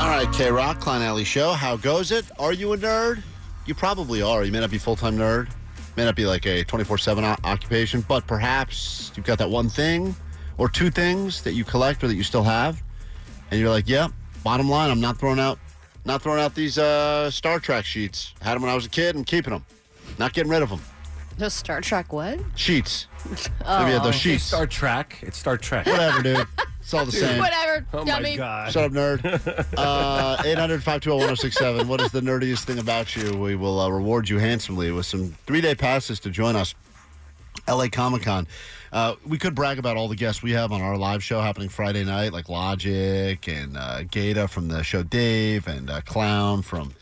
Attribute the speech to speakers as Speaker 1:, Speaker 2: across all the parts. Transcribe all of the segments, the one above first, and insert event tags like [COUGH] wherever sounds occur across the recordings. Speaker 1: All right, K Rock, Klein Alley Show. How goes it? Are you a nerd? You probably are. You may not be full time nerd, may not be like a 24 7 occupation, but perhaps you've got that one thing or two things that you collect or that you still have. And you're like, yep, yeah, bottom line, I'm not throwing out. Not throwing out these uh, Star Trek sheets. Had them when I was a kid and keeping them. Not getting rid of them.
Speaker 2: The Star Trek what?
Speaker 1: [LAUGHS] Sheets. Oh. Maybe those sheets.
Speaker 3: It's Star Trek. It's Star Trek.
Speaker 1: Whatever, [LAUGHS] dude. It's all the same.
Speaker 2: Whatever,
Speaker 3: Oh
Speaker 2: dummy.
Speaker 3: my god.
Speaker 1: Shut up, nerd. Uh, 800 520 1067. What is the nerdiest thing about you? We will uh, reward you handsomely with some three day passes to join us. LA Comic Con. Uh, we could brag about all the guests we have on our live show happening Friday night, like Logic and uh, Gata from the show Dave and uh, Clown from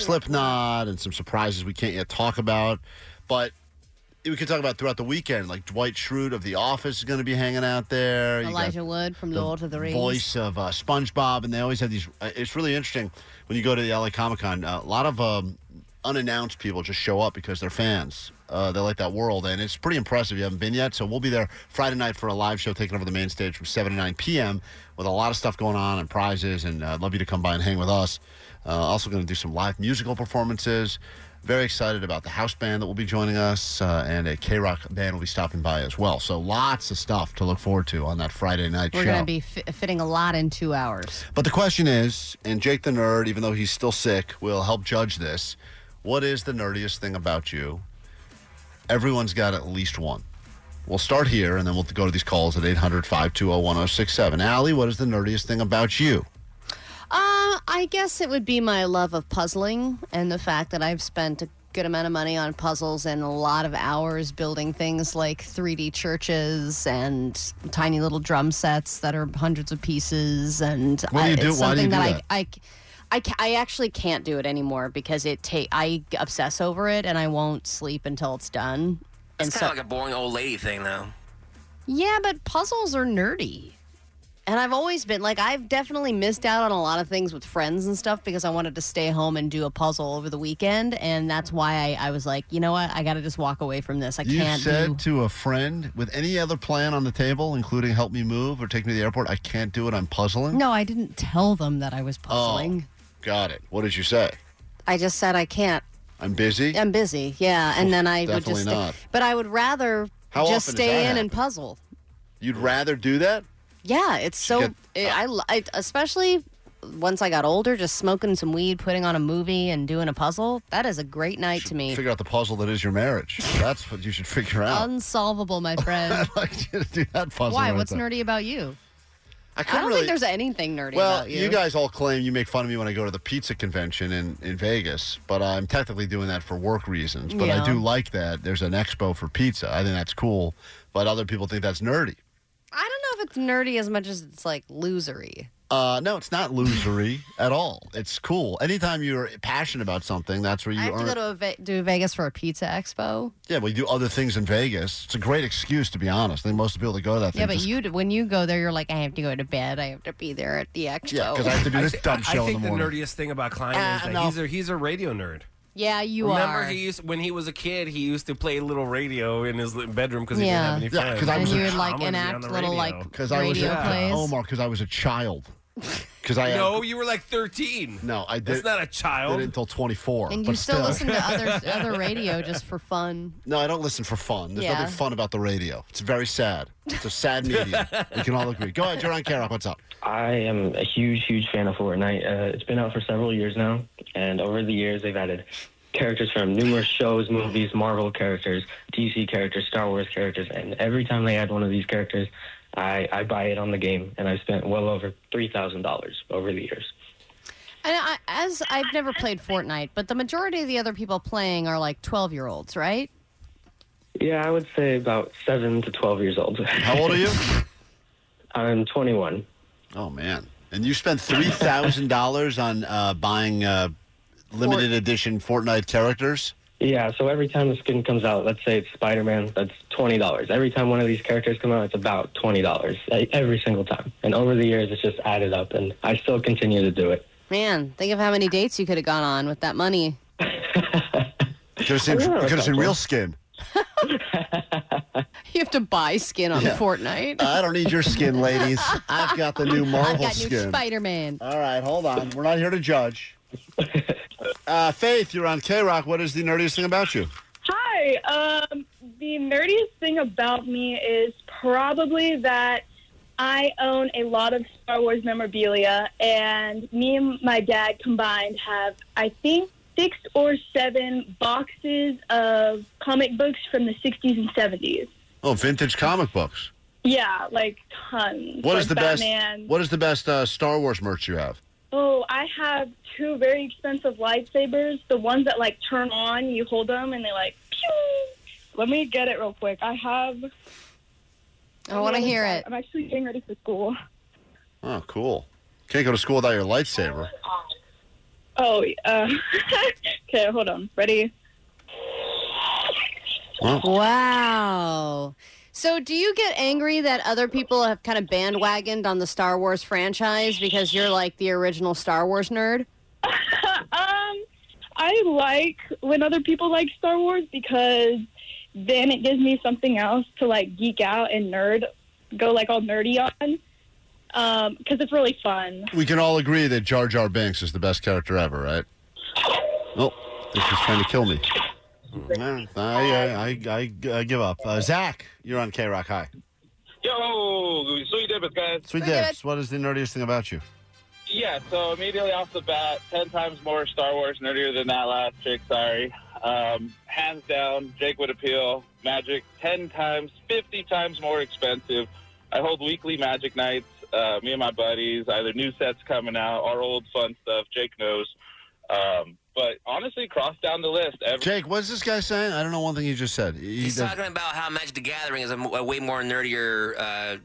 Speaker 1: Slipknot and some surprises we can't yet talk about. But we could talk about throughout the weekend, like Dwight Schrute of The Office is going to be hanging out there. You got
Speaker 2: Elijah Wood from Lord of the Rings.
Speaker 1: voice of uh, SpongeBob, and they always have these. Uh, it's really interesting when you go to the LA Comic Con. Uh, a lot of um, unannounced people just show up because they're fans. Uh, they like that world, and it's pretty impressive. You haven't been yet, so we'll be there Friday night for a live show taking over the main stage from seven to nine p.m. with a lot of stuff going on and prizes. And uh, I'd love you to come by and hang with us. Uh, also, going to do some live musical performances. Very excited about the house band that will be joining us, uh, and a K Rock band will be stopping by as well. So lots of stuff to look forward to on that Friday night
Speaker 2: We're
Speaker 1: show.
Speaker 2: going to be fi- fitting a lot in two hours.
Speaker 1: But the question is, and Jake the Nerd, even though he's still sick, will help judge this. What is the nerdiest thing about you? Everyone's got at least one. We'll start here and then we'll go to these calls at 800 520 1067. Allie, what is the nerdiest thing about you?
Speaker 2: Uh, I guess it would be my love of puzzling and the fact that I've spent a good amount of money on puzzles and a lot of hours building things like 3D churches and tiny little drum sets that are hundreds of pieces. And
Speaker 1: What do you
Speaker 2: I,
Speaker 1: do-
Speaker 2: it's
Speaker 1: why do you do
Speaker 2: something that,
Speaker 1: that?
Speaker 2: I. I I, ca- I actually can't do it anymore because it take I obsess over it and I won't sleep until it's done. And
Speaker 4: It's kind of like a boring old lady thing, though.
Speaker 2: yeah, but puzzles are nerdy. And I've always been like, I've definitely missed out on a lot of things with friends and stuff because I wanted to stay home and do a puzzle over the weekend. And that's why I, I was like, you know what? I got to just walk away from this. I
Speaker 1: You
Speaker 2: can't
Speaker 1: said
Speaker 2: do.
Speaker 1: to a friend with any other plan on the table, including help me move or take me to the airport, I can't do it. I'm puzzling.
Speaker 2: No, I didn't tell them that I was
Speaker 1: Oh.
Speaker 2: puzzling.
Speaker 1: Got it. What did you say?
Speaker 2: I just said I can't.
Speaker 1: I'm busy.
Speaker 2: I'm busy. Yeah. And then I would
Speaker 1: Definitely
Speaker 2: just.
Speaker 1: not.
Speaker 2: But I would rather
Speaker 1: How
Speaker 2: just
Speaker 1: often does that
Speaker 2: stay in
Speaker 1: happen?
Speaker 2: and puzzle.
Speaker 1: You'd rather do that?
Speaker 2: Yeah, it's so.
Speaker 1: Did you
Speaker 2: I, I especially once I got older, just smoking some weed, putting on a movie, and doing a puzzle. That is a great night to me.
Speaker 1: Figure out the puzzle that is your marriage. That's what you should figure out.
Speaker 2: Unsolvable,
Speaker 1: [LAUGHS]
Speaker 2: my friend.
Speaker 1: I'd like you to do that puzzle.
Speaker 2: Why?
Speaker 1: right
Speaker 2: What's
Speaker 1: there.
Speaker 2: nerdy about you?
Speaker 1: I,
Speaker 2: I
Speaker 1: couldn't
Speaker 2: don't
Speaker 1: really,
Speaker 2: think there's anything nerdy
Speaker 1: Well,
Speaker 2: about you.
Speaker 1: you. guys all claim you make fun of me when I go to the pizza convention in, in Vegas, but I'm technically doing that for work reasons. But I
Speaker 2: Yeah.
Speaker 1: do like that there's an expo for pizza. I think that's cool, but other people think that's nerdy.
Speaker 2: I don't know if it's nerdy as much as it's like losery.
Speaker 1: Uh, no, it's not
Speaker 2: [LAUGHS]
Speaker 1: losery at all. It's cool. Anytime you're passionate about something, that's where you
Speaker 2: I have
Speaker 1: earn.
Speaker 2: to go to a Ve- do Vegas for a pizza expo.
Speaker 1: yeah, we do other things in Vegas. It's a great excuse, to be honest. I think most people that go to that thing.
Speaker 2: Yeah, but
Speaker 1: just-
Speaker 2: you d- when you go there, you're like, I have to go to bed. I have to be there at the expo.
Speaker 1: Yeah, because I have to do
Speaker 3: I,
Speaker 1: this
Speaker 3: thi-
Speaker 1: dumb
Speaker 3: I
Speaker 1: show
Speaker 3: think
Speaker 1: in the
Speaker 3: the,
Speaker 1: morning.
Speaker 3: nerdiest thing about Klein is
Speaker 1: Ah,
Speaker 3: that
Speaker 1: no.
Speaker 3: he's a he's a radio nerd.
Speaker 2: Yeah, you
Speaker 3: Remember,
Speaker 2: are.
Speaker 3: he used when he was a kid, he used to play little radio in his li- bedroom because he
Speaker 2: Yeah.
Speaker 3: didn't have any
Speaker 1: Yeah,
Speaker 3: friends.
Speaker 1: 'cause I
Speaker 2: and
Speaker 1: was a
Speaker 2: you would
Speaker 1: ch-
Speaker 2: like
Speaker 3: I'm gonna be on
Speaker 2: enact
Speaker 3: the
Speaker 2: little
Speaker 3: radio.
Speaker 2: like
Speaker 1: I was
Speaker 2: radio
Speaker 1: a,
Speaker 2: plays.
Speaker 1: [LAUGHS] Omar, because I was a child. because I
Speaker 3: No, you were like 13.
Speaker 1: no I
Speaker 3: That's
Speaker 1: did
Speaker 3: not a
Speaker 1: did it
Speaker 3: child.
Speaker 1: until 24.
Speaker 2: And
Speaker 1: but
Speaker 2: you still, listen to
Speaker 1: [LAUGHS]
Speaker 2: other other radio just for fun.
Speaker 1: No, I don't listen for fun. There's
Speaker 2: Yeah.
Speaker 1: nothing fun about the radio. It's very sad. It's a [LAUGHS] sad medium. we can all agree. Go ahead, you're on Carol. What's up?
Speaker 5: I am a huge, huge fan of Fortnite. Uh, it's been out for several years now, and over the years, they've added characters from numerous shows, movies, Marvel characters, DC characters, Star Wars characters, and every time they add one of these characters, I, I buy it on the game, and I've spent well over $3,000 over the years.
Speaker 2: And I, as I've never played Fortnite, but the majority of the other people playing are like twelve year olds, right?
Speaker 5: Yeah, I would say about 7 to 12 years old.
Speaker 1: How old are you?
Speaker 5: [LAUGHS] I'm 21.
Speaker 1: [LAUGHS] Oh man! And you spent three thousand dollars on uh, buying uh, limited edition Fortnite characters.
Speaker 5: Yeah, so every time the skin comes out, let's say it's Spider Man, that's twenty dollars. Every time one of these characters come out, it's about twenty dollars e, every single time. And over the years, it's just added up, and I still continue to do it.
Speaker 2: Man, think of how many dates you could have gone on with that money. [LAUGHS]
Speaker 1: You could have seen,
Speaker 5: Oh, yeah,
Speaker 1: you could have seen
Speaker 5: exactly.
Speaker 1: real skin.
Speaker 2: You have to buy skin on
Speaker 1: Yeah.
Speaker 2: Fortnite.
Speaker 1: I don't need your skin, ladies. I've got the new Marvel
Speaker 2: [LAUGHS] I've got new
Speaker 1: skin.
Speaker 2: Spider Man.
Speaker 1: all right, hold on. We're not here to judge. Uh, Faith, you're on K Rock. What is the nerdiest thing about you?
Speaker 6: Hi. Um, the nerdiest thing about me is probably that I own a lot of Star Wars memorabilia, and me and my dad combined have, I think, six or seven boxes of comic books from the 60s and 70s.
Speaker 1: Oh, vintage comic books.
Speaker 6: Yeah, like tons.
Speaker 1: What
Speaker 6: like
Speaker 1: is the
Speaker 6: Batman.
Speaker 1: best? What is the best uh, Star Wars merch you have?
Speaker 6: Oh, I have two very expensive lightsabers. The ones that like turn on, you hold them, and they like. Pew! Let me get it real quick. I have.
Speaker 2: I want to
Speaker 6: I'm
Speaker 2: hear
Speaker 6: sorry.
Speaker 2: it.
Speaker 6: I'm actually getting ready for school. [LAUGHS]
Speaker 1: Oh, cool. Can't go to school without your lightsaber.
Speaker 6: Oh, uh, [LAUGHS] okay. Hold on. Ready?
Speaker 1: Well,
Speaker 2: Wow. So, do you get angry that other people have kind of bandwagoned on the Star Wars franchise because you're like the original Star Wars nerd?
Speaker 6: Um, I like when other people like Star Wars because then it gives me something else to like geek out and nerd, go like all nerdy on. Um, because it's really fun.
Speaker 1: we can all agree that Jar Jar Binks is the best character ever, right? Oh, this is trying to kill me. I, I, I, I, I give up. Uh, Zach, you're on K Rock. Hi.
Speaker 7: Yo, sweet dippers, guys.
Speaker 1: Sweet
Speaker 2: Look at
Speaker 1: Dibs, what is the nerdiest thing about you?
Speaker 7: Yeah, so immediately off the bat, 10 times more Star Wars nerdier than that last chick, sorry. Um, hands down, Jake would appeal. Magic, 10 times, 50 times more expensive. I hold weekly magic nights, uh, me and my buddies, either new sets coming out or old fun stuff. Jake knows. Um, but honestly, cross down the list. Every-
Speaker 1: Jake, what's this guy saying? I don't know one thing you just said. He
Speaker 4: He's
Speaker 1: does-
Speaker 4: talking about how Magic the Gathering is a, m- a way more nerdier uh,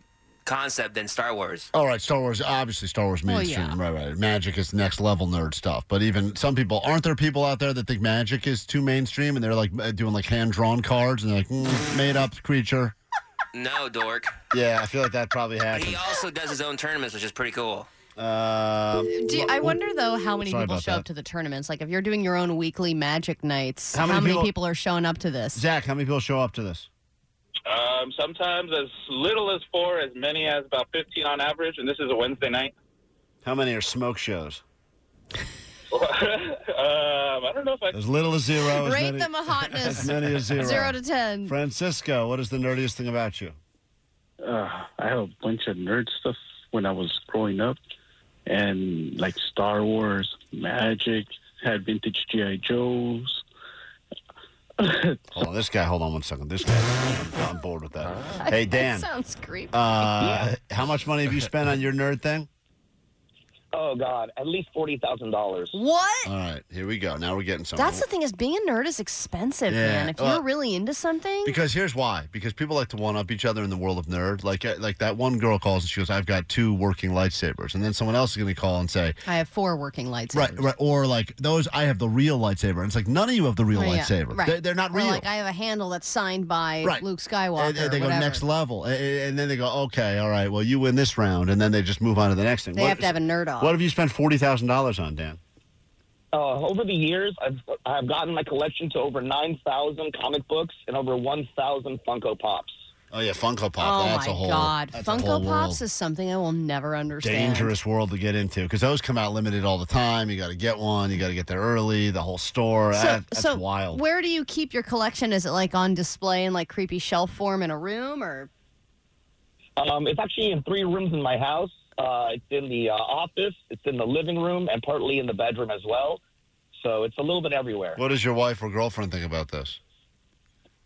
Speaker 4: concept than Star Wars.
Speaker 1: all right, Star Wars, obviously Star Wars
Speaker 2: Well,
Speaker 1: mainstream.
Speaker 2: yeah.
Speaker 1: Right, right. Magic is next level nerd stuff. But even some people, aren't there people out there that think magic is too mainstream and they're like uh, doing like hand drawn cards and they're like, mm, made up creature?
Speaker 4: No, dork.
Speaker 1: Yeah, I feel like that probably
Speaker 4: But he
Speaker 1: happened.
Speaker 4: also does his own tournaments, which is pretty cool.
Speaker 1: Uh,
Speaker 2: Do you- I wonder though how many
Speaker 1: Sorry
Speaker 2: people
Speaker 1: about
Speaker 2: show
Speaker 1: that.
Speaker 2: up to the tournaments. Like, if you're doing your own weekly Magic nights,
Speaker 1: How
Speaker 2: how
Speaker 1: many
Speaker 2: many,
Speaker 1: people-
Speaker 2: people... are showing up to this?
Speaker 1: Zach, how many people show up to this?
Speaker 7: um, sometimes as little as four, as many as about 15 on average, and this is a Wednesday night. [LAUGHS]
Speaker 1: How many are smoke shows?
Speaker 7: um, I don't know if I
Speaker 1: As little as zero. as
Speaker 2: Rate
Speaker 1: many, [LAUGHS]
Speaker 2: them a
Speaker 1: As
Speaker 2: hotness,
Speaker 1: many as zero.
Speaker 2: [LAUGHS] zero to ten. [LAUGHS]
Speaker 1: Francisco, what is the nerdiest thing about you?
Speaker 8: uh, I have a bunch of nerd stuff when I was growing up, and like Star Wars, Magic, had vintage GI Joes.
Speaker 1: Hold on, Oh, this guy. Hold on one second. This guy. I'm bored with that. Hey
Speaker 2: [LAUGHS]
Speaker 1: Dan,
Speaker 2: sounds creepy.
Speaker 1: uh, how much money have you spent on your nerd thing?
Speaker 9: Oh God, at least forty thousand dollars.
Speaker 2: what?
Speaker 1: All right, here we go. Now we're getting somewhere.
Speaker 2: That's the thing is being a nerd is expensive,
Speaker 1: Oh, Yeah,
Speaker 2: man. If
Speaker 1: well-
Speaker 2: you're really into something,
Speaker 1: Because here's why. Because people like to one up each other in the world of nerd. Like uh, like that one girl calls and she goes, "I've got two working lightsabers," and then someone else is going to call and say,
Speaker 2: I have four working lights.
Speaker 1: Right, right. Or like those, I have the real lightsaber. And it's like none of you have the real
Speaker 2: Oh, yeah,
Speaker 1: lightsaber.
Speaker 2: right.
Speaker 1: They're, they're not
Speaker 2: Or
Speaker 1: real.
Speaker 2: like I have a handle that's signed by
Speaker 1: Right.
Speaker 2: Luke Skywalker.
Speaker 1: and, and they
Speaker 2: or
Speaker 1: go
Speaker 2: whatever.
Speaker 1: next level, A- a- and then they go, okay, all right, well, you win this round, and then they just move on to the next thing.
Speaker 2: They have to have a nerd off.
Speaker 1: what have you spent forty thousand dollars on, Dan?
Speaker 9: Uh,
Speaker 7: Oh,
Speaker 9: over the years, I've I've gotten my collection to over nine thousand comic books and over one thousand Funko Pops.
Speaker 1: Oh yeah, Funko Pop.
Speaker 2: Oh
Speaker 1: that's
Speaker 2: my
Speaker 1: a whole
Speaker 2: God,
Speaker 1: that's a whole
Speaker 2: Funko
Speaker 1: world.
Speaker 2: Pops is something I will never understand.
Speaker 1: dangerous world to get into because those come out limited all the time. You got to get one. You got to get there early. The whole store. That- that's
Speaker 2: so
Speaker 1: wild.
Speaker 2: Where do you keep your collection? Is it like on display in like creepy shelf form in a room, or
Speaker 10: Um, it's actually in three rooms in my house. Uh, it's in the uh, office, it's in the living room, and partly in the bedroom as well. So it's a little bit everywhere.
Speaker 1: what does your wife or girlfriend think about this?